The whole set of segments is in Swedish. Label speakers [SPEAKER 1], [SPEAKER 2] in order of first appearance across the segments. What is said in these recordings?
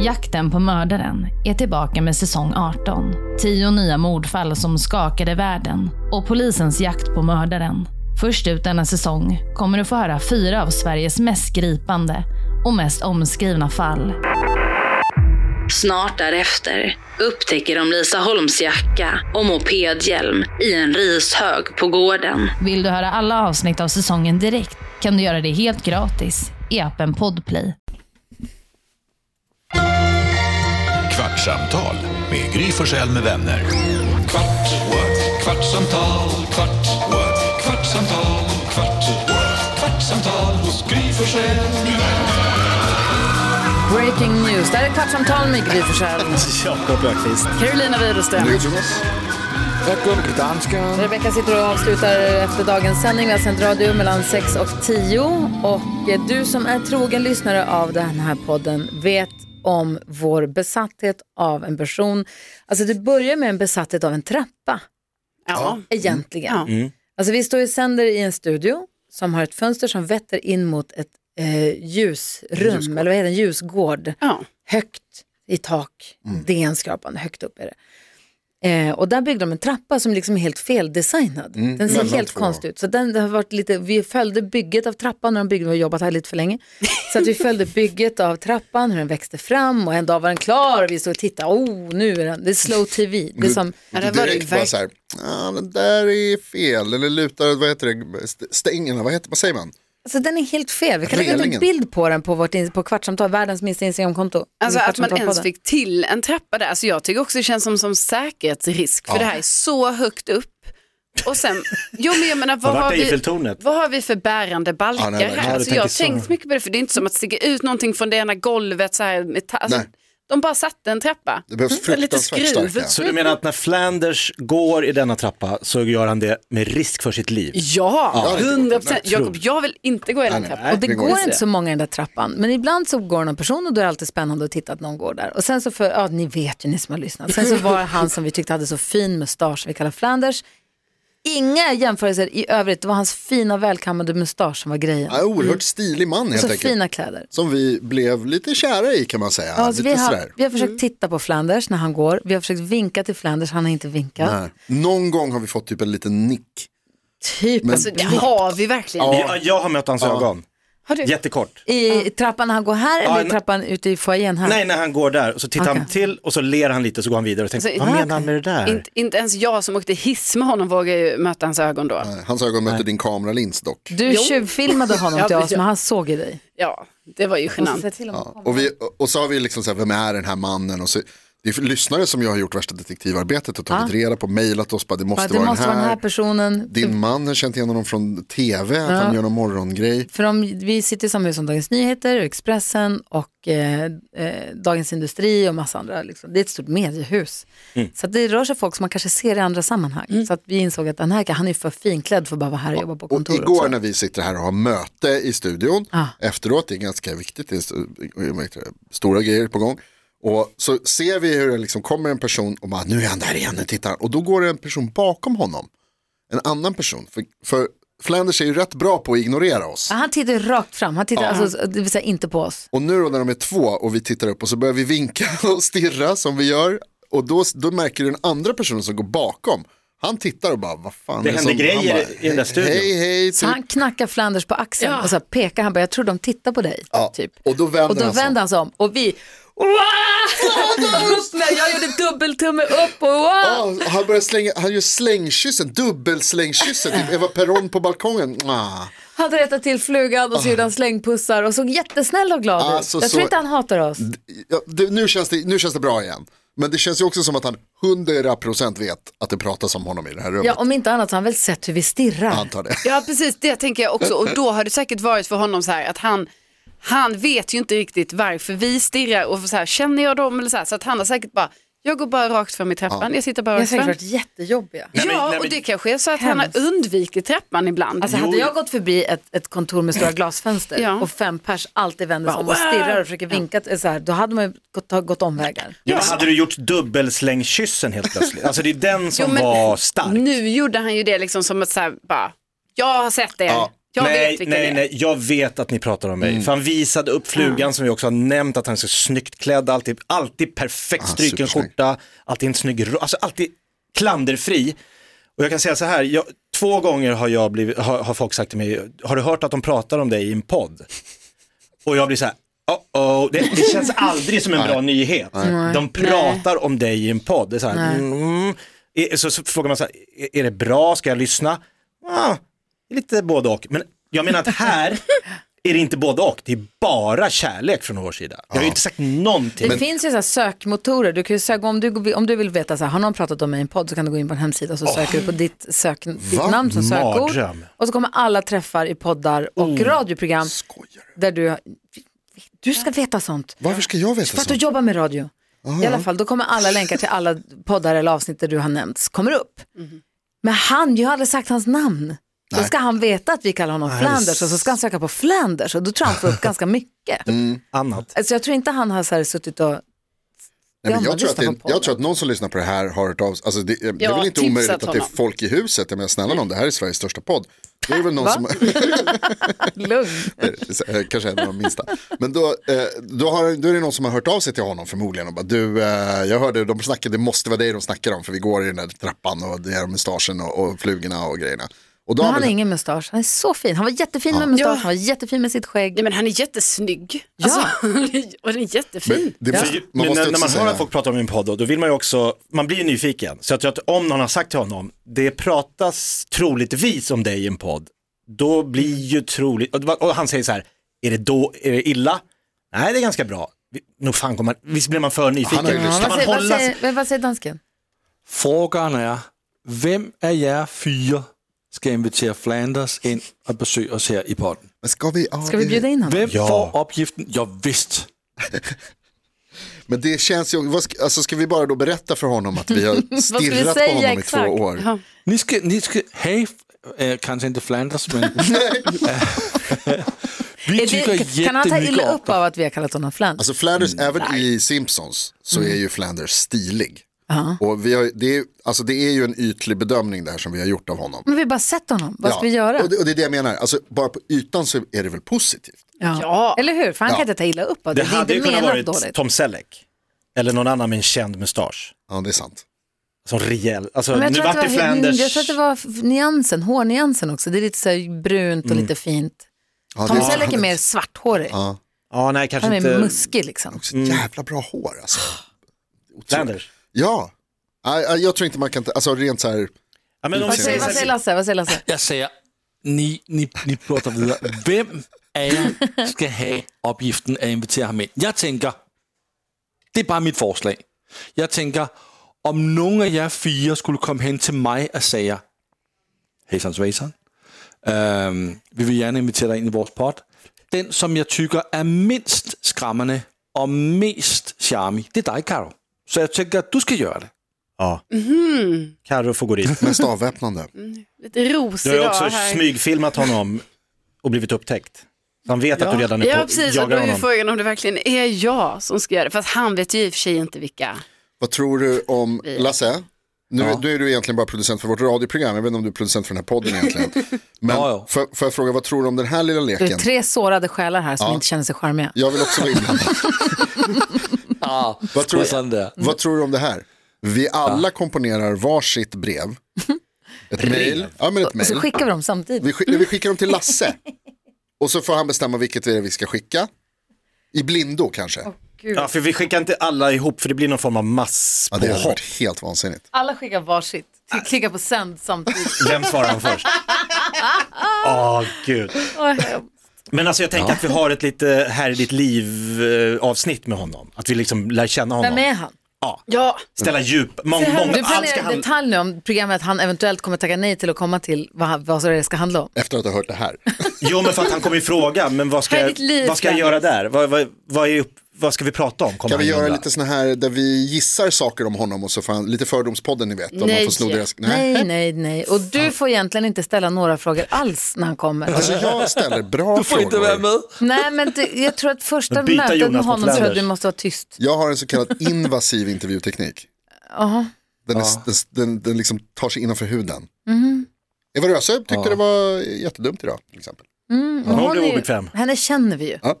[SPEAKER 1] Jakten på mördaren är tillbaka med säsong 18. Tio nya mordfall som skakade världen och polisens jakt på mördaren. Först ut denna säsong kommer du få höra fyra av Sveriges mest gripande och mest omskrivna fall.
[SPEAKER 2] Snart därefter upptäcker de Lisa Holms jacka och mopedhjälm i en rishög på gården.
[SPEAKER 1] Vill du höra alla avsnitt av säsongen direkt kan du göra det helt gratis i appen Podplay.
[SPEAKER 3] Kvartsamtal med Gry Forssell med vänner. Kvart, what? kvartsamtal, kvart, what? kvartsamtal, kvart, what? kvartsamtal hos Gry Forssell med vänner.
[SPEAKER 4] Breaking news. Det här är Kvartsamtal med Gry Forssell.
[SPEAKER 5] Jakob Öqvist.
[SPEAKER 4] Carolina Widerström. Rebecka sitter och avslutar efter dagens sändning. Vi har sänt radio mellan 6 och 10. Och eh, du som är trogen lyssnare av den här podden vet om vår besatthet av en person. Alltså det börjar med en besatthet av en trappa.
[SPEAKER 6] Ja.
[SPEAKER 4] egentligen.
[SPEAKER 6] Mm. Ja.
[SPEAKER 7] Mm.
[SPEAKER 4] Alltså vi står och sänder i en studio som har ett fönster som vetter in mot ett eh, ljusrum, eller vad heter det, en ljusgård.
[SPEAKER 6] Ja.
[SPEAKER 4] Högt i tak,
[SPEAKER 7] Mm.
[SPEAKER 4] denskrapande, högt upp är det. Eh, och där byggde de en trappa som liksom är helt feldesignad. den ser
[SPEAKER 7] Mm. mellan
[SPEAKER 4] helt
[SPEAKER 7] två.
[SPEAKER 4] konstig ut. Så den, det har varit lite, vi följde bygget av trappan när de byggde, vi har jobbat här lite för länge. Så att vi följde bygget av trappan, hur den växte fram och en dag var den klar och vi stod och tittade, oh nu är den, det är slow tv. Det är som,
[SPEAKER 6] Ja, det var
[SPEAKER 7] direkt
[SPEAKER 6] det
[SPEAKER 7] bara
[SPEAKER 6] verk-
[SPEAKER 7] så här, ah, den där är fel, eller lutar, vad heter det, st- stängerna, vad, heter, vad säger man?
[SPEAKER 4] Alltså den är helt fel. Vi kan lägga ut en
[SPEAKER 7] Relingen.
[SPEAKER 4] bild på den på vårt in- på kvartsamtal, världens minsta Instagramkonto.
[SPEAKER 6] Alltså att man ens
[SPEAKER 4] Kvartsamtalpodden.
[SPEAKER 6] fick till en trappa där. Alltså jag tycker också det känns som, som säkerhetsrisk för det här är så högt upp. Och sen, jo men jag menar vad
[SPEAKER 5] Har
[SPEAKER 6] har,
[SPEAKER 5] varit i
[SPEAKER 6] vi,
[SPEAKER 5] Eiffeltornet?
[SPEAKER 6] vad har vi för bärande balkar
[SPEAKER 7] Ja, nej, verkligen.
[SPEAKER 5] Ja,
[SPEAKER 6] här?
[SPEAKER 5] du
[SPEAKER 6] Alltså, jag
[SPEAKER 5] tänker
[SPEAKER 6] har
[SPEAKER 5] så.
[SPEAKER 6] tänkt mycket på det för det är inte som att sticka ut någonting från det ena golvet så här. Med ta- alltså,
[SPEAKER 7] Nej.
[SPEAKER 6] de bara satte en trappa.
[SPEAKER 7] Det behövs
[SPEAKER 6] Mm, Lite
[SPEAKER 7] fruktansvärt starka.
[SPEAKER 6] skruv.
[SPEAKER 5] Så du menar att när Flanders går i denna trappa så gör han det med risk för sitt liv?
[SPEAKER 6] Ja,
[SPEAKER 7] det är
[SPEAKER 6] hundra procent.
[SPEAKER 5] Jag tror-
[SPEAKER 6] Jakob, jag vill inte gå i den
[SPEAKER 7] nej.
[SPEAKER 6] trappan.
[SPEAKER 4] Och det
[SPEAKER 7] Det går
[SPEAKER 4] går
[SPEAKER 7] inte.
[SPEAKER 4] inte så många i den där trappan, men ibland så går någon person och då är det alltid spännande att titta att någon går där. Och sen så, för, ja ni vet ju ni som har lyssnat, sen så var han som vi tyckte hade så fin mustasch som vi kallar Flanders. Inga jämförelser i övrigt, det var hans fina välkammade mustasch som var grejen.
[SPEAKER 7] Ja, oerhört stilig man helt
[SPEAKER 4] Mm. Så
[SPEAKER 7] enkelt.
[SPEAKER 4] fina kläder.
[SPEAKER 7] Som vi blev lite kära i kan man säga.
[SPEAKER 4] Ja, alltså,
[SPEAKER 7] lite
[SPEAKER 4] vi, har,
[SPEAKER 7] sådär.
[SPEAKER 4] vi har försökt
[SPEAKER 6] Mm.
[SPEAKER 4] titta på Flanders när han går, vi har försökt vinka till Flanders, han har inte vinkat.
[SPEAKER 7] Nej. Någon gång har vi fått typ en liten nick.
[SPEAKER 4] Typ
[SPEAKER 7] Men-
[SPEAKER 6] Alltså, det har vi verkligen.
[SPEAKER 5] Jag, jag har mött hans ögon.
[SPEAKER 6] Har du?
[SPEAKER 5] Jättekort.
[SPEAKER 4] I trappan när han går här eller i
[SPEAKER 5] en-
[SPEAKER 4] trappan ute i foajén här?
[SPEAKER 5] Nej, när han går där och så tittar han
[SPEAKER 4] Okej.
[SPEAKER 5] till och så ler han lite och så går han vidare och tänker,
[SPEAKER 6] Alltså,
[SPEAKER 5] vad menar han med det där?
[SPEAKER 6] Inte, inte ens jag som åkte hiss med honom vågar ju möta hans ögon då.
[SPEAKER 7] Hans ögon mötte din kameralins dock.
[SPEAKER 4] Du tjuvfilmade honom till
[SPEAKER 6] Ja,
[SPEAKER 4] oss
[SPEAKER 6] ja.
[SPEAKER 4] men han såg ju dig.
[SPEAKER 6] Ja, det var ju genant.
[SPEAKER 7] Ja. Och, vi, och så har vi liksom så här, vem är den här mannen? Och så, det är lyssnare som jag har gjort värsta detektivarbetet och tagit reda på, mejlat oss, bara, det måste,
[SPEAKER 4] Ah. Ja, det
[SPEAKER 7] vara,
[SPEAKER 4] måste
[SPEAKER 7] den
[SPEAKER 4] vara
[SPEAKER 7] här.
[SPEAKER 4] den här personen.
[SPEAKER 7] Din man har känt igen honom från tv, att han gör någon morgongrej.
[SPEAKER 4] För om, vi sitter i samma hus som Dagens Nyheter, och Expressen och eh, eh, Dagens Industri och massa andra. Liksom. Det är ett stort mediehus. Så att det rör sig folk som man kanske ser i andra sammanhang. Så att vi insåg att den här han är för finklädd för att bara vara här och jobba på
[SPEAKER 7] Och
[SPEAKER 4] kontoret.
[SPEAKER 7] igår när vi sitter här och har möte i studion,
[SPEAKER 4] Ja.
[SPEAKER 7] efteråt, det är ganska viktigt, det är st- stora grejer på gång. Och så ser vi hur det liksom kommer en person och bara, nu är han där igen, nu tittar han. Och då går det en person bakom honom, en annan person. För, för Flanders är ju rätt bra på att ignorera oss.
[SPEAKER 4] Ja, han tittar ju rakt fram, han tittar alltså, det vill säga inte på oss.
[SPEAKER 7] Och nu då när de är två och vi tittar upp och så börjar vi vinka och stirra som vi gör. Och då, då märker du den andra personen som går bakom. Han tittar och bara, vad fan
[SPEAKER 5] Det
[SPEAKER 7] är
[SPEAKER 5] händer
[SPEAKER 7] som-"
[SPEAKER 5] grejer
[SPEAKER 7] Han
[SPEAKER 5] i- i den där studion.
[SPEAKER 7] Hej, hej,
[SPEAKER 4] Så
[SPEAKER 7] typ.
[SPEAKER 4] han knackar Flanders på axeln
[SPEAKER 6] Ja.
[SPEAKER 4] och så här pekar han bara, jag tror de tittar på dig.
[SPEAKER 7] Ja,
[SPEAKER 4] Typ.
[SPEAKER 7] och då vänder
[SPEAKER 4] och då
[SPEAKER 7] han sig om.
[SPEAKER 4] vänder han sig om. Och vi, wow! upp med, jag gjorde dubbeltumme upp och wow!
[SPEAKER 7] Ja, och han börjar slänga, han gör slängkyssen, dubbelslängkyssen, typ Eva Peron på balkongen. Ah.
[SPEAKER 4] Han rättade till flugan och så gjorde han slängpussar och såg jättesnäll och glad ut.
[SPEAKER 7] Alltså,
[SPEAKER 4] Jag tror
[SPEAKER 7] så- Mm.
[SPEAKER 4] inte han hatar oss.
[SPEAKER 7] Ja, det, nu, känns det, nu känns det bra igen. Men det känns ju också som att han 100% vet att det pratas om honom i det här rummet.
[SPEAKER 4] Ja, om inte annat så har han väl sett hur vi stirrar.
[SPEAKER 7] Jag antar det.
[SPEAKER 6] Ja, precis. Det tänker jag också.
[SPEAKER 5] Eh,
[SPEAKER 6] Och då har det säkert varit för honom så här att han, han vet ju inte riktigt varför vi stirrar och så här, känner jag dem eller så här. Så att han har säkert bara, jag går bara rakt fram i trappan, jag sitter bara
[SPEAKER 4] Jag har
[SPEAKER 6] rakt
[SPEAKER 4] säkert
[SPEAKER 6] fram.
[SPEAKER 4] varit jättejobbiga.
[SPEAKER 5] Nej, men- nej,
[SPEAKER 6] Ja,
[SPEAKER 5] men-
[SPEAKER 6] och det kanske är så att han har
[SPEAKER 4] Hemskt.
[SPEAKER 6] undvikit trappan ibland.
[SPEAKER 4] Alltså hade jag gått förbi ett, ett kontor med stora glasfönster
[SPEAKER 6] Ja.
[SPEAKER 4] och fem pers alltid vänder sig om och stirrar och försöker vinka, så här, då hade man ju gått, gått omvägar.
[SPEAKER 5] Ja, men hade du gjort dubbelslängkyssen helt plötsligt? Alltså det är den
[SPEAKER 6] Jo,
[SPEAKER 5] som
[SPEAKER 6] men-
[SPEAKER 5] var stark.
[SPEAKER 6] Nu gjorde han ju det liksom som att så här, bara, jag har sett er, Jag
[SPEAKER 5] nej,
[SPEAKER 6] vet vilken
[SPEAKER 5] nej,
[SPEAKER 6] det är.
[SPEAKER 5] nej, jag vet att ni pratar om mig.
[SPEAKER 7] Mm.
[SPEAKER 5] För han visade upp flugan som vi också har nämnt, att han är så snyggt klädd, alltid, alltid perfekt
[SPEAKER 7] Ah,
[SPEAKER 5] struken
[SPEAKER 7] supersnygg.
[SPEAKER 5] skjorta, alltid en snygg ro- alltså alltid klanderfri. Och jag kan säga så här, jag, två gånger har, jag blivit, har, har folk sagt till mig, har du hört att de pratar om dig i en podd? Och jag blir så här, oh, oh. Det, det känns aldrig som en bra nyhet. De pratar om dig i en podd. Det är så, här, mm, Eh, så, så frågar man så här, "E, "Är- är det bra, ska jag lyssna? Ah, det är lite både och. Men jag menar att här är det inte både och, det är bara kärlek från vår sida. Jag har ju inte sagt någonting.
[SPEAKER 4] Det finns ju så här sökmotorer. Du kan ju söka, om, du, om du vill veta, så här, har någon pratat om mig i en podd så kan du gå in på en hemsida och så söker du på ditt, sök, ditt
[SPEAKER 7] Va?
[SPEAKER 4] namn som sökord.
[SPEAKER 5] Mardröm.
[SPEAKER 4] Och så kommer alla träffar i poddar och radioprogram
[SPEAKER 7] Oh, Skojar du?
[SPEAKER 4] där du, du ska veta sånt.
[SPEAKER 7] Varför ska jag veta
[SPEAKER 4] För att du
[SPEAKER 7] sånt?
[SPEAKER 4] jobbar med radio. I alla fall, då kommer alla länkar till alla poddar eller avsnitt där du har nämnts, kommer upp.
[SPEAKER 7] Mhm.
[SPEAKER 4] Men han, jag har aldrig sagt hans namn. Då ska han veta att vi kallar honom Flanders och så ska han söka på Flanders och då tror jag han får upp ganska mycket.
[SPEAKER 5] Annat.
[SPEAKER 4] Alltså jag tror inte han har så här suttit och
[SPEAKER 7] Nej, men
[SPEAKER 4] Ja, man
[SPEAKER 7] jag, tror att det,
[SPEAKER 4] lyssnar
[SPEAKER 7] är-
[SPEAKER 4] på podden.
[SPEAKER 7] jag tror att någon som lyssnar på det här har hört av sig. Alltså det, är- det är
[SPEAKER 6] Ja,
[SPEAKER 7] väl inte
[SPEAKER 6] tipsat
[SPEAKER 7] omöjligt att det är
[SPEAKER 6] honom.
[SPEAKER 7] folk i huset. Jag menar snälla någon, det här är Sveriges största podd. Då är det väl någon
[SPEAKER 4] Va?
[SPEAKER 7] som,
[SPEAKER 4] lugn.
[SPEAKER 7] Eh, kanske en av de minsta. Men då, eh, då, har, då är det någon som har hört av sig till honom förmodligen och bara du, eh, jag hörde de snackade, det måste vara dig de snackar om för vi går i den där trappan och det är mustaschen och, och flugorna och grejerna. Och då
[SPEAKER 4] Men
[SPEAKER 7] har
[SPEAKER 4] han har
[SPEAKER 7] väl-
[SPEAKER 4] ingen mustasch. Han är så fin. Han var jättefin med mustasch,
[SPEAKER 6] Ja.
[SPEAKER 4] han var jättefin med sitt skägg.
[SPEAKER 6] Nej, men han är jättesnygg. Alltså,
[SPEAKER 4] Ja.
[SPEAKER 6] och den är jättefin.
[SPEAKER 4] typ.
[SPEAKER 7] men det måste, man
[SPEAKER 5] Typ. Men
[SPEAKER 7] måste
[SPEAKER 5] när, när
[SPEAKER 7] också
[SPEAKER 5] man hör
[SPEAKER 7] säga,
[SPEAKER 5] att folk pratar om en podd, då, då vill man ju också, man blir ju nyfiken. Så jag tror att om någon har sagt till honom, det pratas troligtvis om dig i en podd, då blir ju troligt, och, det var- och han säger så här, är det då, är det illa? Nej, det är ganska bra. Vi- Nog fan kommer man, visst blir man för nyfiken?
[SPEAKER 7] Han har ju lyssnat.
[SPEAKER 5] Ska
[SPEAKER 4] Vad
[SPEAKER 5] man
[SPEAKER 4] säger, vad,
[SPEAKER 5] hålla sig?
[SPEAKER 4] säger, vad- vad säger dansken?
[SPEAKER 8] Frågan är, vem av er fyra ska invitera Flanders in och besöka oss här i podden?
[SPEAKER 7] men ska vi, ja,
[SPEAKER 4] Ska vi
[SPEAKER 7] det-
[SPEAKER 4] bjuda in honom?
[SPEAKER 8] Vem
[SPEAKER 5] Ja.
[SPEAKER 8] får uppgiften? Ja, visst.
[SPEAKER 7] Men det känns ju, vad ska, alltså ska vi bara då berätta för honom att vi har
[SPEAKER 4] ska vi
[SPEAKER 7] stirrat på
[SPEAKER 4] säga
[SPEAKER 7] honom i två
[SPEAKER 4] exakt?
[SPEAKER 7] år?
[SPEAKER 6] Ja.
[SPEAKER 8] Ni ska, ni ska, hej, äh, kanske inte Flanders, men vi
[SPEAKER 4] Är
[SPEAKER 8] tycker
[SPEAKER 4] det, kan han ta
[SPEAKER 8] jättemycket
[SPEAKER 4] illa
[SPEAKER 8] om
[SPEAKER 4] upp av att vi har kallat honom Flanders?
[SPEAKER 7] Alltså Flanders,
[SPEAKER 5] Mm.
[SPEAKER 7] även i Simpsons så
[SPEAKER 4] Mm.
[SPEAKER 7] är ju Flanders stilig. Och vi har, det, är, alltså det är ju en ytlig bedömning där som vi har gjort av honom.
[SPEAKER 4] Men vi har bara sett honom. Vad ska
[SPEAKER 7] Ja,
[SPEAKER 4] vi göra?
[SPEAKER 7] Och det, och det är det jag menar, alltså, bara på ytan så är det väl positivt.
[SPEAKER 4] Ja.
[SPEAKER 6] Ja.
[SPEAKER 4] Eller hur? För han kan
[SPEAKER 7] Ja.
[SPEAKER 4] inte ta illa upp av det.
[SPEAKER 5] Det
[SPEAKER 4] Det, är
[SPEAKER 5] hade ju
[SPEAKER 4] inte
[SPEAKER 5] kunnat
[SPEAKER 4] menat
[SPEAKER 5] varit
[SPEAKER 4] dåligt.
[SPEAKER 5] Tom Selleck, eller någon annan med en känd mustasch.
[SPEAKER 7] Ja, det är sant.
[SPEAKER 5] Som rejäl, alltså
[SPEAKER 4] Men jag,
[SPEAKER 5] nu
[SPEAKER 4] tror att
[SPEAKER 5] vart
[SPEAKER 4] det
[SPEAKER 5] det
[SPEAKER 4] var, mm, jag
[SPEAKER 5] Flanders.
[SPEAKER 4] tror att det var f- nyansen, hårnyansen också. Det är lite så här brunt och lite fint.
[SPEAKER 7] Ja,
[SPEAKER 4] Tom
[SPEAKER 7] det är-
[SPEAKER 4] Selleck är mer svarthårig.
[SPEAKER 7] Ja,
[SPEAKER 5] Ja, nej kanske
[SPEAKER 4] Han är
[SPEAKER 5] inte.
[SPEAKER 4] muskig liksom.
[SPEAKER 7] också jävla bra hår alltså. Otroligt.
[SPEAKER 5] Flanders.
[SPEAKER 7] Ja, Nej, nej, jag tror inte man kan, ta- alltså rent så här,
[SPEAKER 5] Ja, men om vi
[SPEAKER 4] Vad
[SPEAKER 7] ser
[SPEAKER 4] säger,
[SPEAKER 7] ut.
[SPEAKER 4] vad säger Lasse? Vad säger Lasse?
[SPEAKER 8] Jag säger, ni, ni, ni pratar vidare. Vem av er ska ha uppgiften att invitera honom in? Jag tänker, det är bara mitt förslag. Jag tänker, om någon av er fyra skulle komma hem till mig och säga, hejsan svejsan, ehm, vi vill gärna invitera dig in i vår podd. Den som jag tycker är minst skrämmande och mest charmig, det är dig Karo. Så jag tänker att du ska göra det.
[SPEAKER 5] Ja.
[SPEAKER 4] Mhm.
[SPEAKER 5] Carro får gå dit.
[SPEAKER 7] mest avväpnande.
[SPEAKER 6] Lite ros
[SPEAKER 5] Du har ju
[SPEAKER 6] idag
[SPEAKER 5] också
[SPEAKER 6] här.
[SPEAKER 5] smygfilmat honom och blivit upptäckt. Så han vet att du redan är på,
[SPEAKER 6] Ja, precis. Och då
[SPEAKER 5] jagar
[SPEAKER 6] är ju
[SPEAKER 5] honom.
[SPEAKER 6] frågan om det verkligen är jag som ska göra det. Fast han vet ju i och för sig inte vilka.
[SPEAKER 7] Vad tror du om, Lasse? Nu, nu är du egentligen bara producent för vårt radioprogram, jag vet inte om du är producent för den här podden egentligen. Men
[SPEAKER 8] Ja, ja.
[SPEAKER 7] Får, får jag fråga, vad tror du om den här lilla
[SPEAKER 4] Det är
[SPEAKER 7] leken?
[SPEAKER 4] tre sårade själar här som inte känner sig charmiga.
[SPEAKER 7] Jag vill också vara inblandad.
[SPEAKER 8] Ah,
[SPEAKER 7] Vad tror du?
[SPEAKER 8] sådan där.
[SPEAKER 7] Vad tror du om det här? Vi alla komponerar varsitt brev. Ett mejl. Ja, men ett
[SPEAKER 4] Och så
[SPEAKER 7] mejl.
[SPEAKER 4] skickar vi dem samtidigt.
[SPEAKER 7] Vi, skick, vi skickar dem till Lasse. Och så får han bestämma vilket det är vi ska skicka. I blindo kanske.
[SPEAKER 5] Ja, för vi skickar inte alla ihop för det blir någon form av mass
[SPEAKER 7] Ja,
[SPEAKER 5] på
[SPEAKER 7] det hade
[SPEAKER 5] hopp.
[SPEAKER 7] varit helt vansinnigt.
[SPEAKER 4] Alla skickar varsitt. Vi klickar på sänd samtidigt.
[SPEAKER 5] Vem svarar han först? Åh, gud. Men alltså jag tänker att vi har ett lite här i ditt liv eh, avsnitt med honom. Att vi liksom lär känna honom.
[SPEAKER 4] Vem är han?
[SPEAKER 6] Ja,
[SPEAKER 5] Ställa djup, mång, mång,
[SPEAKER 4] Du
[SPEAKER 5] allt ska
[SPEAKER 4] planerar i
[SPEAKER 5] handla.
[SPEAKER 4] detalj nu om programmet han eventuellt kommer tacka nej till att komma till vad, han- vad det ska handla om.
[SPEAKER 7] Efter att ha hört det här.
[SPEAKER 5] Jo men för att han kommer fråga, men vad ska,
[SPEAKER 4] Här är
[SPEAKER 5] jag,
[SPEAKER 4] ditt liv,
[SPEAKER 5] vad ska jag
[SPEAKER 4] Dennis.
[SPEAKER 5] göra där? Vad, vad, vad, är upp, vad ska vi prata om? kommer
[SPEAKER 7] Kan vi
[SPEAKER 5] han
[SPEAKER 7] göra
[SPEAKER 5] undra.
[SPEAKER 7] lite såna här där vi gissar saker om honom och så får han, lite fördomspodden ni vet. Om man
[SPEAKER 6] Nej.
[SPEAKER 7] får sno deras,
[SPEAKER 4] Nej, nej, nej. Och du får egentligen inte ställa några frågor alls när han kommer.
[SPEAKER 7] Alltså jag ställer bra
[SPEAKER 8] Du får inte
[SPEAKER 7] frågor.
[SPEAKER 8] vara med.
[SPEAKER 4] Nej, men du, jag tror att första
[SPEAKER 5] Men byta
[SPEAKER 4] mötet
[SPEAKER 5] Jonas
[SPEAKER 4] med
[SPEAKER 5] mot
[SPEAKER 4] honom tror jag att du
[SPEAKER 5] Flanders.
[SPEAKER 4] måste vara tyst.
[SPEAKER 7] Jag har en så kallad invasiv intervjuteknik. Den, är, den, den, den liksom tar sig innanför huden. Eva Röse tyckte
[SPEAKER 8] Ja.
[SPEAKER 7] det var jättedumt idag till exempel.
[SPEAKER 4] Mm, men
[SPEAKER 5] Hon
[SPEAKER 4] hon
[SPEAKER 5] blev
[SPEAKER 4] är ju-
[SPEAKER 5] obekväm.
[SPEAKER 4] Henne känner vi ju.
[SPEAKER 7] Ja.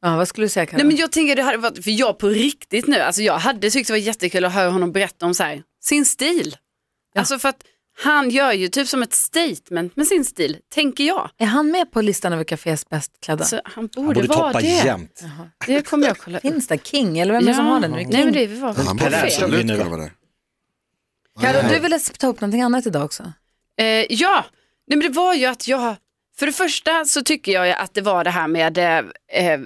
[SPEAKER 4] Ja, vad skulle du säga Karin?
[SPEAKER 6] Nej men jag tänker det hade varit, för jag på riktigt nu, alltså jag hade tyckt det var jättekul att höra honom berätta om så här, sin stil. Alltså för att han gör ju typ som ett statement med sin stil, tänker jag.
[SPEAKER 4] Är han med på listan över cafés bäst klädda?
[SPEAKER 6] Så han
[SPEAKER 5] Han
[SPEAKER 6] borde,
[SPEAKER 5] borde
[SPEAKER 6] vara
[SPEAKER 5] toppa
[SPEAKER 6] det.
[SPEAKER 5] jämt.
[SPEAKER 6] Det kommer jag kolla upp.
[SPEAKER 4] Finns det King eller vem är det som har den? Är det King?
[SPEAKER 6] Nej men det är vi var.
[SPEAKER 7] Han
[SPEAKER 5] Per
[SPEAKER 7] borde
[SPEAKER 5] Lernström
[SPEAKER 7] absolut
[SPEAKER 5] vinner, va?
[SPEAKER 7] kunna vara där.
[SPEAKER 4] Karo, du ville ta upp någonting annat idag också.
[SPEAKER 6] Eh, ja, Nej, men det var ju att jag, för det första så tycker jag ju att det var det här med, eh, eh,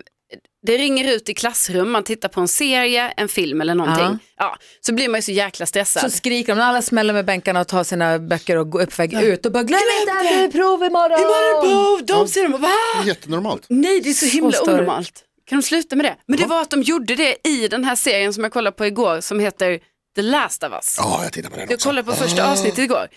[SPEAKER 6] det ringer ut i klassrum, man tittar på en serie, en film eller någonting.
[SPEAKER 4] Ja.
[SPEAKER 6] Ja. så blir man ju så jäkla stressad.
[SPEAKER 4] Så skriker de när alla smäller med bänkarna och tar sina böcker och går uppväg ut och bara glöm inte att det är prov imorgon.
[SPEAKER 6] Imorgon de ser dem och
[SPEAKER 7] Det är
[SPEAKER 6] va?
[SPEAKER 7] Jättenormalt.
[SPEAKER 6] Nej, det är så himla
[SPEAKER 4] stör-
[SPEAKER 6] onormalt. Kan de sluta med det? Men det var att de gjorde det i den här serien som jag kollade på igår som heter The Last of Us.
[SPEAKER 7] Ja, jag tittar på den
[SPEAKER 6] Jag
[SPEAKER 7] också.
[SPEAKER 6] kollade på första avsnittet
[SPEAKER 4] Ah.
[SPEAKER 6] igår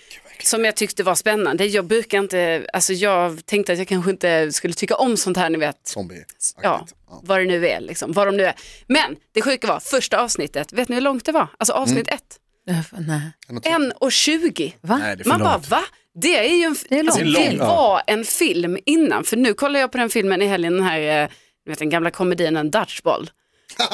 [SPEAKER 6] som jag tyckte var spännande. Jag brukar inte, alltså jag tänkte att jag kanske inte skulle tycka om sånt här, ni vet.
[SPEAKER 7] Zombie.
[SPEAKER 6] Ja, vad det nu är liksom, vad de nu är. Men det sjuka var första avsnitt, vet ni hur långt det var? Alltså
[SPEAKER 5] Mm.
[SPEAKER 6] avsnitt ett,
[SPEAKER 4] Ja, för- Nej.
[SPEAKER 6] 1 och 20.
[SPEAKER 4] Va?
[SPEAKER 5] Nej, det är för
[SPEAKER 6] Man bara
[SPEAKER 5] långt.
[SPEAKER 6] va? Det är ju en, f-
[SPEAKER 4] Det är
[SPEAKER 6] alltså,
[SPEAKER 4] långt.
[SPEAKER 5] Det är
[SPEAKER 6] det
[SPEAKER 5] långt, ja.
[SPEAKER 6] var en film innan, för nu kollar jag på den filmen i helgen, den här eh, ni vet, den gamla komedin En Dutchball.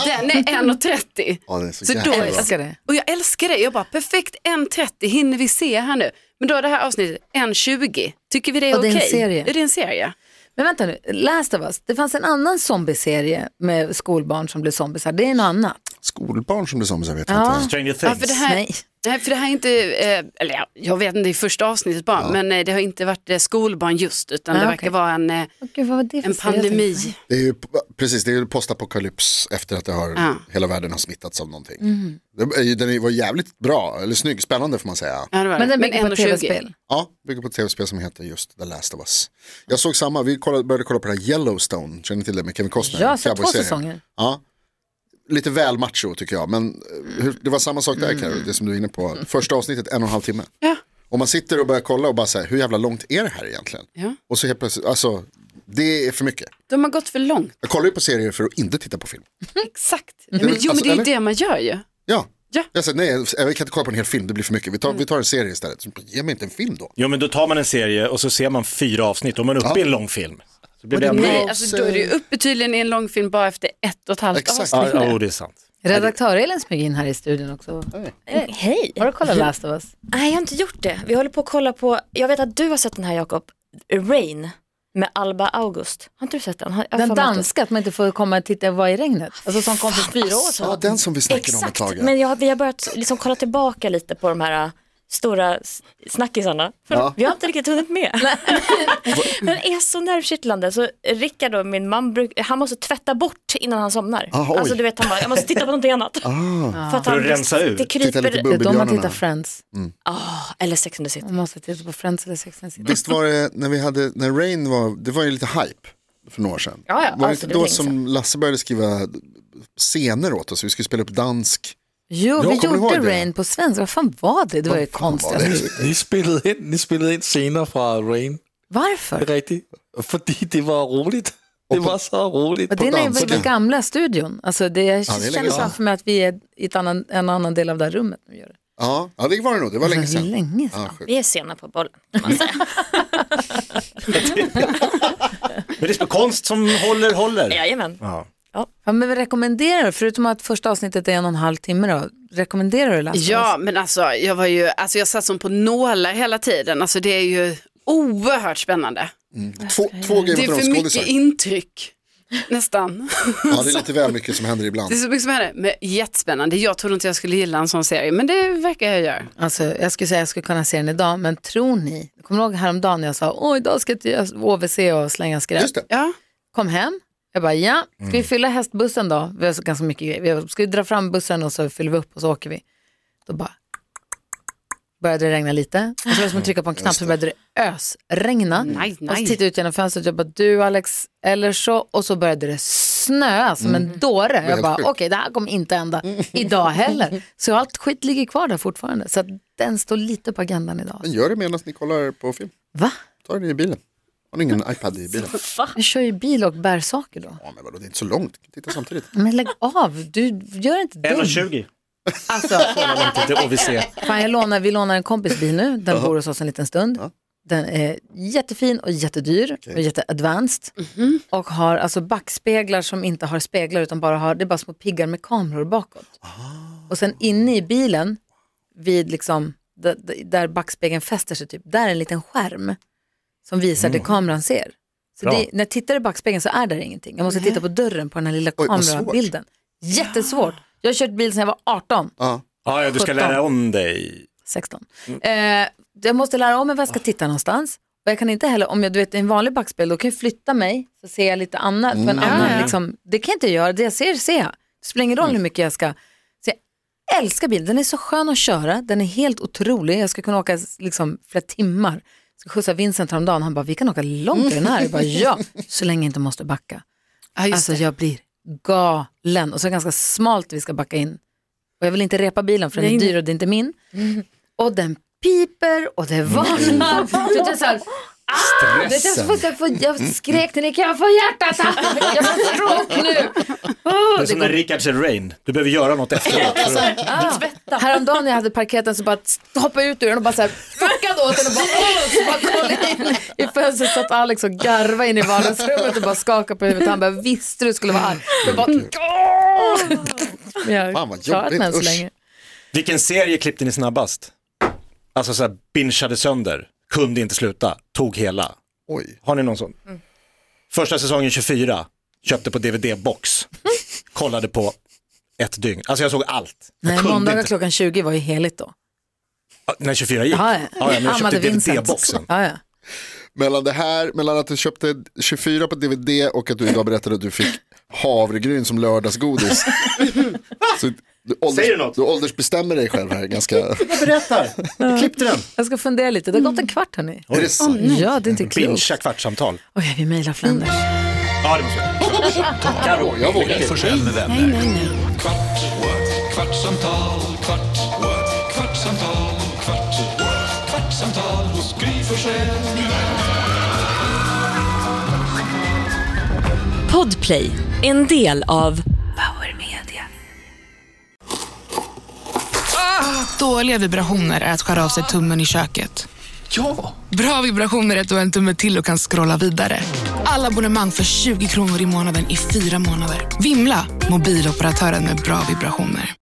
[SPEAKER 6] Den är 1.30.
[SPEAKER 7] Ja, den är så,
[SPEAKER 6] Så
[SPEAKER 7] jävla
[SPEAKER 6] då-
[SPEAKER 7] bra.
[SPEAKER 4] Älskar det.
[SPEAKER 6] Och jag älskar det. Jag bara, perfekt 1.30 hinner vi se här nu. Men då är det här avsnittet 1.20. Tycker vi det är
[SPEAKER 4] Och det
[SPEAKER 6] okej?
[SPEAKER 4] är en serie.
[SPEAKER 6] Är det en serie?
[SPEAKER 4] Men vänta nu, Last of Us, det fanns en annan zombieserie med skolbarn som blev zombisar, det är något annat.
[SPEAKER 7] Skolbarn som blir zombies, jag vet
[SPEAKER 4] Ja.
[SPEAKER 7] inte.
[SPEAKER 5] Stranger
[SPEAKER 6] Ja, för det
[SPEAKER 5] things.
[SPEAKER 6] här,
[SPEAKER 4] Nej.
[SPEAKER 6] nej. för det här är inte, eh, eller ja, jag vet inte, det är första avsnittet bara, men eh, det har inte varit eh, skolbarn just, utan
[SPEAKER 4] Nej,
[SPEAKER 6] det
[SPEAKER 4] okej.
[SPEAKER 6] verkar vara en, eh,
[SPEAKER 4] Åh, Gud, vad var det för
[SPEAKER 6] en
[SPEAKER 4] serie?
[SPEAKER 6] pandemi.
[SPEAKER 7] Det är ju, precis, det är ju postapokalyps efter att det har,
[SPEAKER 6] Ja.
[SPEAKER 7] hela världen har smittats av någonting. Det är ju- Den är- var jävligt bra, eller snygg, spännande får man säga.
[SPEAKER 6] Ja, det var
[SPEAKER 4] Men
[SPEAKER 6] det.
[SPEAKER 4] den bygger på
[SPEAKER 6] 1.20.
[SPEAKER 4] tv-spel.
[SPEAKER 7] Ja, bygger på ett tv-spel som heter just The Last of Us. Jag såg samma, vi kollade, började kolla på det här Yellowstone, känner ni till det med Kevin Costner?
[SPEAKER 4] Ja, så två
[SPEAKER 7] Cowboy-serien.
[SPEAKER 4] säsonger.
[SPEAKER 7] Ja. Lite väl macho tycker jag, men eh, hur, det var samma sak där Carro, det som du är inne på. Första avsnittet, en och en halv timme.
[SPEAKER 6] Ja.
[SPEAKER 7] Och man sitter och börjar kolla och bara säger, hur jävla långt är det här egentligen?
[SPEAKER 6] Ja.
[SPEAKER 7] Och så helt plötsligt, alltså, det är för mycket.
[SPEAKER 6] De har gått för långt.
[SPEAKER 7] Jag kollar ju på serier för att inte titta på film.
[SPEAKER 6] Exakt. Men, jo, men
[SPEAKER 7] Alltså,
[SPEAKER 6] det är ju
[SPEAKER 7] eller?
[SPEAKER 6] det man gör ju.
[SPEAKER 7] Ja.
[SPEAKER 6] Ja. Mm.
[SPEAKER 7] Jag säger, nej, jag kan inte kolla på en hel film, det blir för mycket. Vi tar, vi tar en serie istället. Så, Ge mig inte en film då.
[SPEAKER 5] Jo men då tar man en serie och så ser man fyra avsnitt och man är uppe i en lång film. Så blir det
[SPEAKER 7] Men
[SPEAKER 5] ändå...
[SPEAKER 7] det
[SPEAKER 6] Nej,
[SPEAKER 7] Och
[SPEAKER 6] alltså
[SPEAKER 7] så-
[SPEAKER 6] då är det ju uppe tydligen i en långfilm bara efter ett och ett halvt
[SPEAKER 7] Exakt.
[SPEAKER 5] Ja,
[SPEAKER 6] avsnitt.
[SPEAKER 5] ja, det är sant.
[SPEAKER 4] Redaktör Elin smyger in här i studion också.
[SPEAKER 9] Eh, Hej!
[SPEAKER 4] Har du kollat Last of Us?
[SPEAKER 9] Nej, jag har inte gjort det. Vi håller på att kolla på, jag vet att du har sett den här Jakob, Rain med Alba August. Har inte du sett den? Har, jag
[SPEAKER 4] Den
[SPEAKER 9] har för mig att du-
[SPEAKER 4] danska, att man inte får komma och titta och vara i regnet. Alltså som kom för
[SPEAKER 9] Fan,
[SPEAKER 4] fyra år
[SPEAKER 9] alltså.
[SPEAKER 4] sedan.
[SPEAKER 7] Ja, den som vi snackade om ett
[SPEAKER 9] Exakt,
[SPEAKER 7] tag. ja.
[SPEAKER 9] men jag, vi har börjat liksom kolla tillbaka lite på de här äh, stora s- snackisarna. För Vi har inte riktigt hunnit med. Den är så nervkittlande. Så Rickard då, min man, bruk, han måste tvätta bort innan han somnar.
[SPEAKER 7] Ah, oj. Ah.
[SPEAKER 9] alltså du vet, han bara, jag måste titta på någonting annat. För att
[SPEAKER 5] För att rensa ut.
[SPEAKER 9] Det
[SPEAKER 7] Titta lite
[SPEAKER 9] kryper, Ah,
[SPEAKER 4] Det är då man
[SPEAKER 7] Bubbibjörnarna.
[SPEAKER 4] tittar Friends.
[SPEAKER 9] eller Sex and the City.
[SPEAKER 4] Man måste titta på Friends eller Sex and the City.
[SPEAKER 7] Visst var det när vi hade, när Rain var, det var ju lite hype för några år sedan.
[SPEAKER 9] Ja, ja,
[SPEAKER 7] var det
[SPEAKER 9] alltså,
[SPEAKER 7] inte
[SPEAKER 9] det
[SPEAKER 7] då
[SPEAKER 9] är länge
[SPEAKER 7] som Lasse började skriva scener åt oss? Vi skulle spela upp dansk.
[SPEAKER 4] Jo,
[SPEAKER 7] Ja,
[SPEAKER 4] vi
[SPEAKER 7] kommer du ihåg
[SPEAKER 4] gjorde
[SPEAKER 7] det?
[SPEAKER 4] Rain på svenska. Vad fan var det? Det var ju
[SPEAKER 7] var det?
[SPEAKER 4] konstigt.
[SPEAKER 8] Ni spillede ind, ni spillede ind scener fra Rain. Det
[SPEAKER 4] Varför?
[SPEAKER 8] er rigtigt. Fordi det var roligt. Det var så roligt.
[SPEAKER 4] Och det är
[SPEAKER 7] danska.
[SPEAKER 4] väl den gamla studion. Alltså det, jag
[SPEAKER 7] det är länge
[SPEAKER 4] känner
[SPEAKER 7] sedan.
[SPEAKER 4] framför mig att vi är i ett annan, en annan del av det här rummet. Nu gör det.
[SPEAKER 7] Ja, ja, det var det nog, det var länge
[SPEAKER 4] Alltså,
[SPEAKER 7] sedan.
[SPEAKER 4] länge
[SPEAKER 7] Ja,
[SPEAKER 4] sedan.
[SPEAKER 7] sjukt.
[SPEAKER 9] Vi är sena på bollen.
[SPEAKER 5] Men det är konst som håller, håller.
[SPEAKER 9] Jajamän.
[SPEAKER 5] Ja.
[SPEAKER 4] Ja, men vi rekommenderar, förutom att första avsnittet är en och en halv timme, då, rekommenderar du Lasse?
[SPEAKER 6] Ja, men alltså jag var ju, alltså jag satt som på nålar hela tiden. Alltså det är ju oerhört spännande.
[SPEAKER 7] Två, två Game
[SPEAKER 6] Det är
[SPEAKER 7] of
[SPEAKER 6] för mycket
[SPEAKER 7] Thrones-skådisar.
[SPEAKER 6] intryck, nästan.
[SPEAKER 7] Ja, det är lite väl mycket som händer ibland.
[SPEAKER 6] Det är så mycket som händer, men jättespännande. Jag trodde inte jag skulle gilla en sån serie, men det verkar jag göra.
[SPEAKER 4] Alltså, jag skulle säga att jag skulle kunna se den idag, men tror ni, kommer ni ihåg häromdagen när jag sa, åh idag ska jag till OVC och slänga skräp.
[SPEAKER 7] Just det,
[SPEAKER 6] Ja,
[SPEAKER 4] Kom hem, jag bara ja, ska vi fylla hästbussen då? Vi har så ganska mycket grejer, vi ska vi dra fram bussen och så fyller vi upp och så åker vi. Då bara började det regna lite, och så var det som att trycka på en knapp så började det ösregna.
[SPEAKER 6] nej,
[SPEAKER 4] Och så
[SPEAKER 6] nej.
[SPEAKER 4] tittade jag ut genom fönstret jag bara du Alex, eller så, och så började det snöa som en dåre. Jag
[SPEAKER 7] helt
[SPEAKER 4] bara
[SPEAKER 7] sjukt.
[SPEAKER 4] okej, det här kommer inte hända idag heller. Så allt skit ligger kvar där fortfarande. Så att den står lite på agendan idag.
[SPEAKER 7] men gör det medan ni kollar på film.
[SPEAKER 4] Va?
[SPEAKER 7] Ta den i bilen. Har ni ingen iPad i bilen?
[SPEAKER 4] Jag kör ju bil och bär saker då.
[SPEAKER 7] Ja, men vadå, det är inte så långt. Titta samtidigt.
[SPEAKER 4] Men lägg av, du gör inte dumt.
[SPEAKER 5] 1,20.
[SPEAKER 4] Alltså,
[SPEAKER 5] Långt till OVC.
[SPEAKER 4] fan, jag lånar, vi lånar en kompis bil nu, den bor hos oss en liten stund. Den är jättefin och jättedyr och jätteadvanced. Och har alltså backspeglar som inte har speglar utan bara har, det är bara små piggar med kameror bakåt.
[SPEAKER 7] Ah.
[SPEAKER 4] Och sen inne i bilen, vid liksom, d- d- där backspegeln fäster sig, typ, där är en liten skärm som visar
[SPEAKER 7] Mm.
[SPEAKER 4] det kameran ser. Så
[SPEAKER 5] Bra.
[SPEAKER 4] det, när jag tittar i backspegeln så är där ingenting. Jag måste titta på dörren på den här lilla
[SPEAKER 7] Oj, vad svårt.
[SPEAKER 4] kamerabilden. Jättesvårt. Jag har kört bil sedan jag var 18.
[SPEAKER 7] Ja.
[SPEAKER 5] Ja, ja, du ska
[SPEAKER 4] 17.
[SPEAKER 5] lära om dig.
[SPEAKER 4] 16. Eh, jag måste lära om mig var jag ska titta någonstans. Och jag kan inte heller, om jag du vet, i en vanlig backspegel, då kan jag flytta mig så ser jag lite annat. Men annan, liksom, det kan jag inte göra, det jag ser ser jag. Det spelar ingen roll hur mycket jag ska. Så jag älskar bilen, den är så skön att köra, den är helt otrolig. Jag ska kunna åka liksom, flera timmar. Jag ska skjutsa Vincent häromdagen, han bara, vi kan åka långt i den här. Jag bara, ja, så länge jag inte måste backa.
[SPEAKER 6] Ja, just
[SPEAKER 4] Alltså
[SPEAKER 6] det.
[SPEAKER 4] jag blir galen. Och så är det ganska smalt vi ska backa in. Och jag vill inte repa bilen för den är dyr och det är inte min.
[SPEAKER 6] Mm.
[SPEAKER 4] Och den piper och det varnar. Så jag är så här, "Ah!" Det är så fort jag, får, jag skrek till Nick, jag får hjärtattack, jag får stroke nu. Oh,
[SPEAKER 5] Det alltså. är
[SPEAKER 4] det
[SPEAKER 5] som när
[SPEAKER 4] går
[SPEAKER 5] Rickard ser Rain. Du behöver göra något efteråt. för att-
[SPEAKER 4] Ah. Häromdagen när jag hade parketen så bara hoppade jag ut ur den och bara så här fuckade åt den och bara, åh, så bara kollade in i fönstret så att Alex och garva in i vardagsrummet och bara skakade på huvudet. Han bara, visste du skulle vara arg. Jag bara,
[SPEAKER 5] Mm.
[SPEAKER 4] åh! Men jag
[SPEAKER 7] Fan, vad
[SPEAKER 4] har klarat mig än så
[SPEAKER 7] jobbigt, usch.
[SPEAKER 4] länge.
[SPEAKER 5] Vilken serie klippte ni snabbast? Alltså så här, bingeade sönder, kunde inte sluta, tog hela.
[SPEAKER 7] Oj.
[SPEAKER 5] Har ni någon sån?
[SPEAKER 4] Mm.
[SPEAKER 5] Första säsongen 24, köpte på DVD-box, kollade på ett dygn. Alltså jag såg allt. Jag
[SPEAKER 4] Nej,
[SPEAKER 5] kunde
[SPEAKER 4] måndagar
[SPEAKER 5] inte.
[SPEAKER 4] klockan 20 var ju heligt då.
[SPEAKER 5] Ja, När 24 gick?
[SPEAKER 4] Ja,
[SPEAKER 5] ja, men jag köpte DVD-boxen.
[SPEAKER 4] Ja, ja.
[SPEAKER 7] Mellan det här, mellan att du köpte 24 på DVD och att du idag berättade att du fick havregryn som lördagsgodis. Så du,
[SPEAKER 5] Säger du
[SPEAKER 7] ålders,
[SPEAKER 5] något?
[SPEAKER 7] du åldersbestämmer dig själv här ganska.
[SPEAKER 5] Jag berättar, jag klippte den.
[SPEAKER 4] Jag ska fundera lite, det har gått en kvart hörni.
[SPEAKER 7] Är det sant?
[SPEAKER 5] Mm.
[SPEAKER 4] Ja, det är inte klokt.
[SPEAKER 5] Bingea kvartssamtal.
[SPEAKER 4] Oj, vi mejlar Flanders.
[SPEAKER 5] Ja, det måste jag. Karo,
[SPEAKER 7] Jag vågar
[SPEAKER 3] Gry
[SPEAKER 7] inte.
[SPEAKER 3] Forssell med vänner.
[SPEAKER 10] Kvart, what? kvartsamtal, kvart, what? kvartsamtal, kvart, what? kvartsamtal hos Gry Forssell med vänner.
[SPEAKER 11] Podplay, en del av
[SPEAKER 12] Dåliga vibrationer är att skära av sig tummen i köket.
[SPEAKER 8] Ja!
[SPEAKER 12] Bra vibrationer är att du har en tumme till och kan scrolla vidare. Alla abonnemang för 20 kronor i månaden i fyra månader. Vimla! Mobiloperatören med bra vibrationer.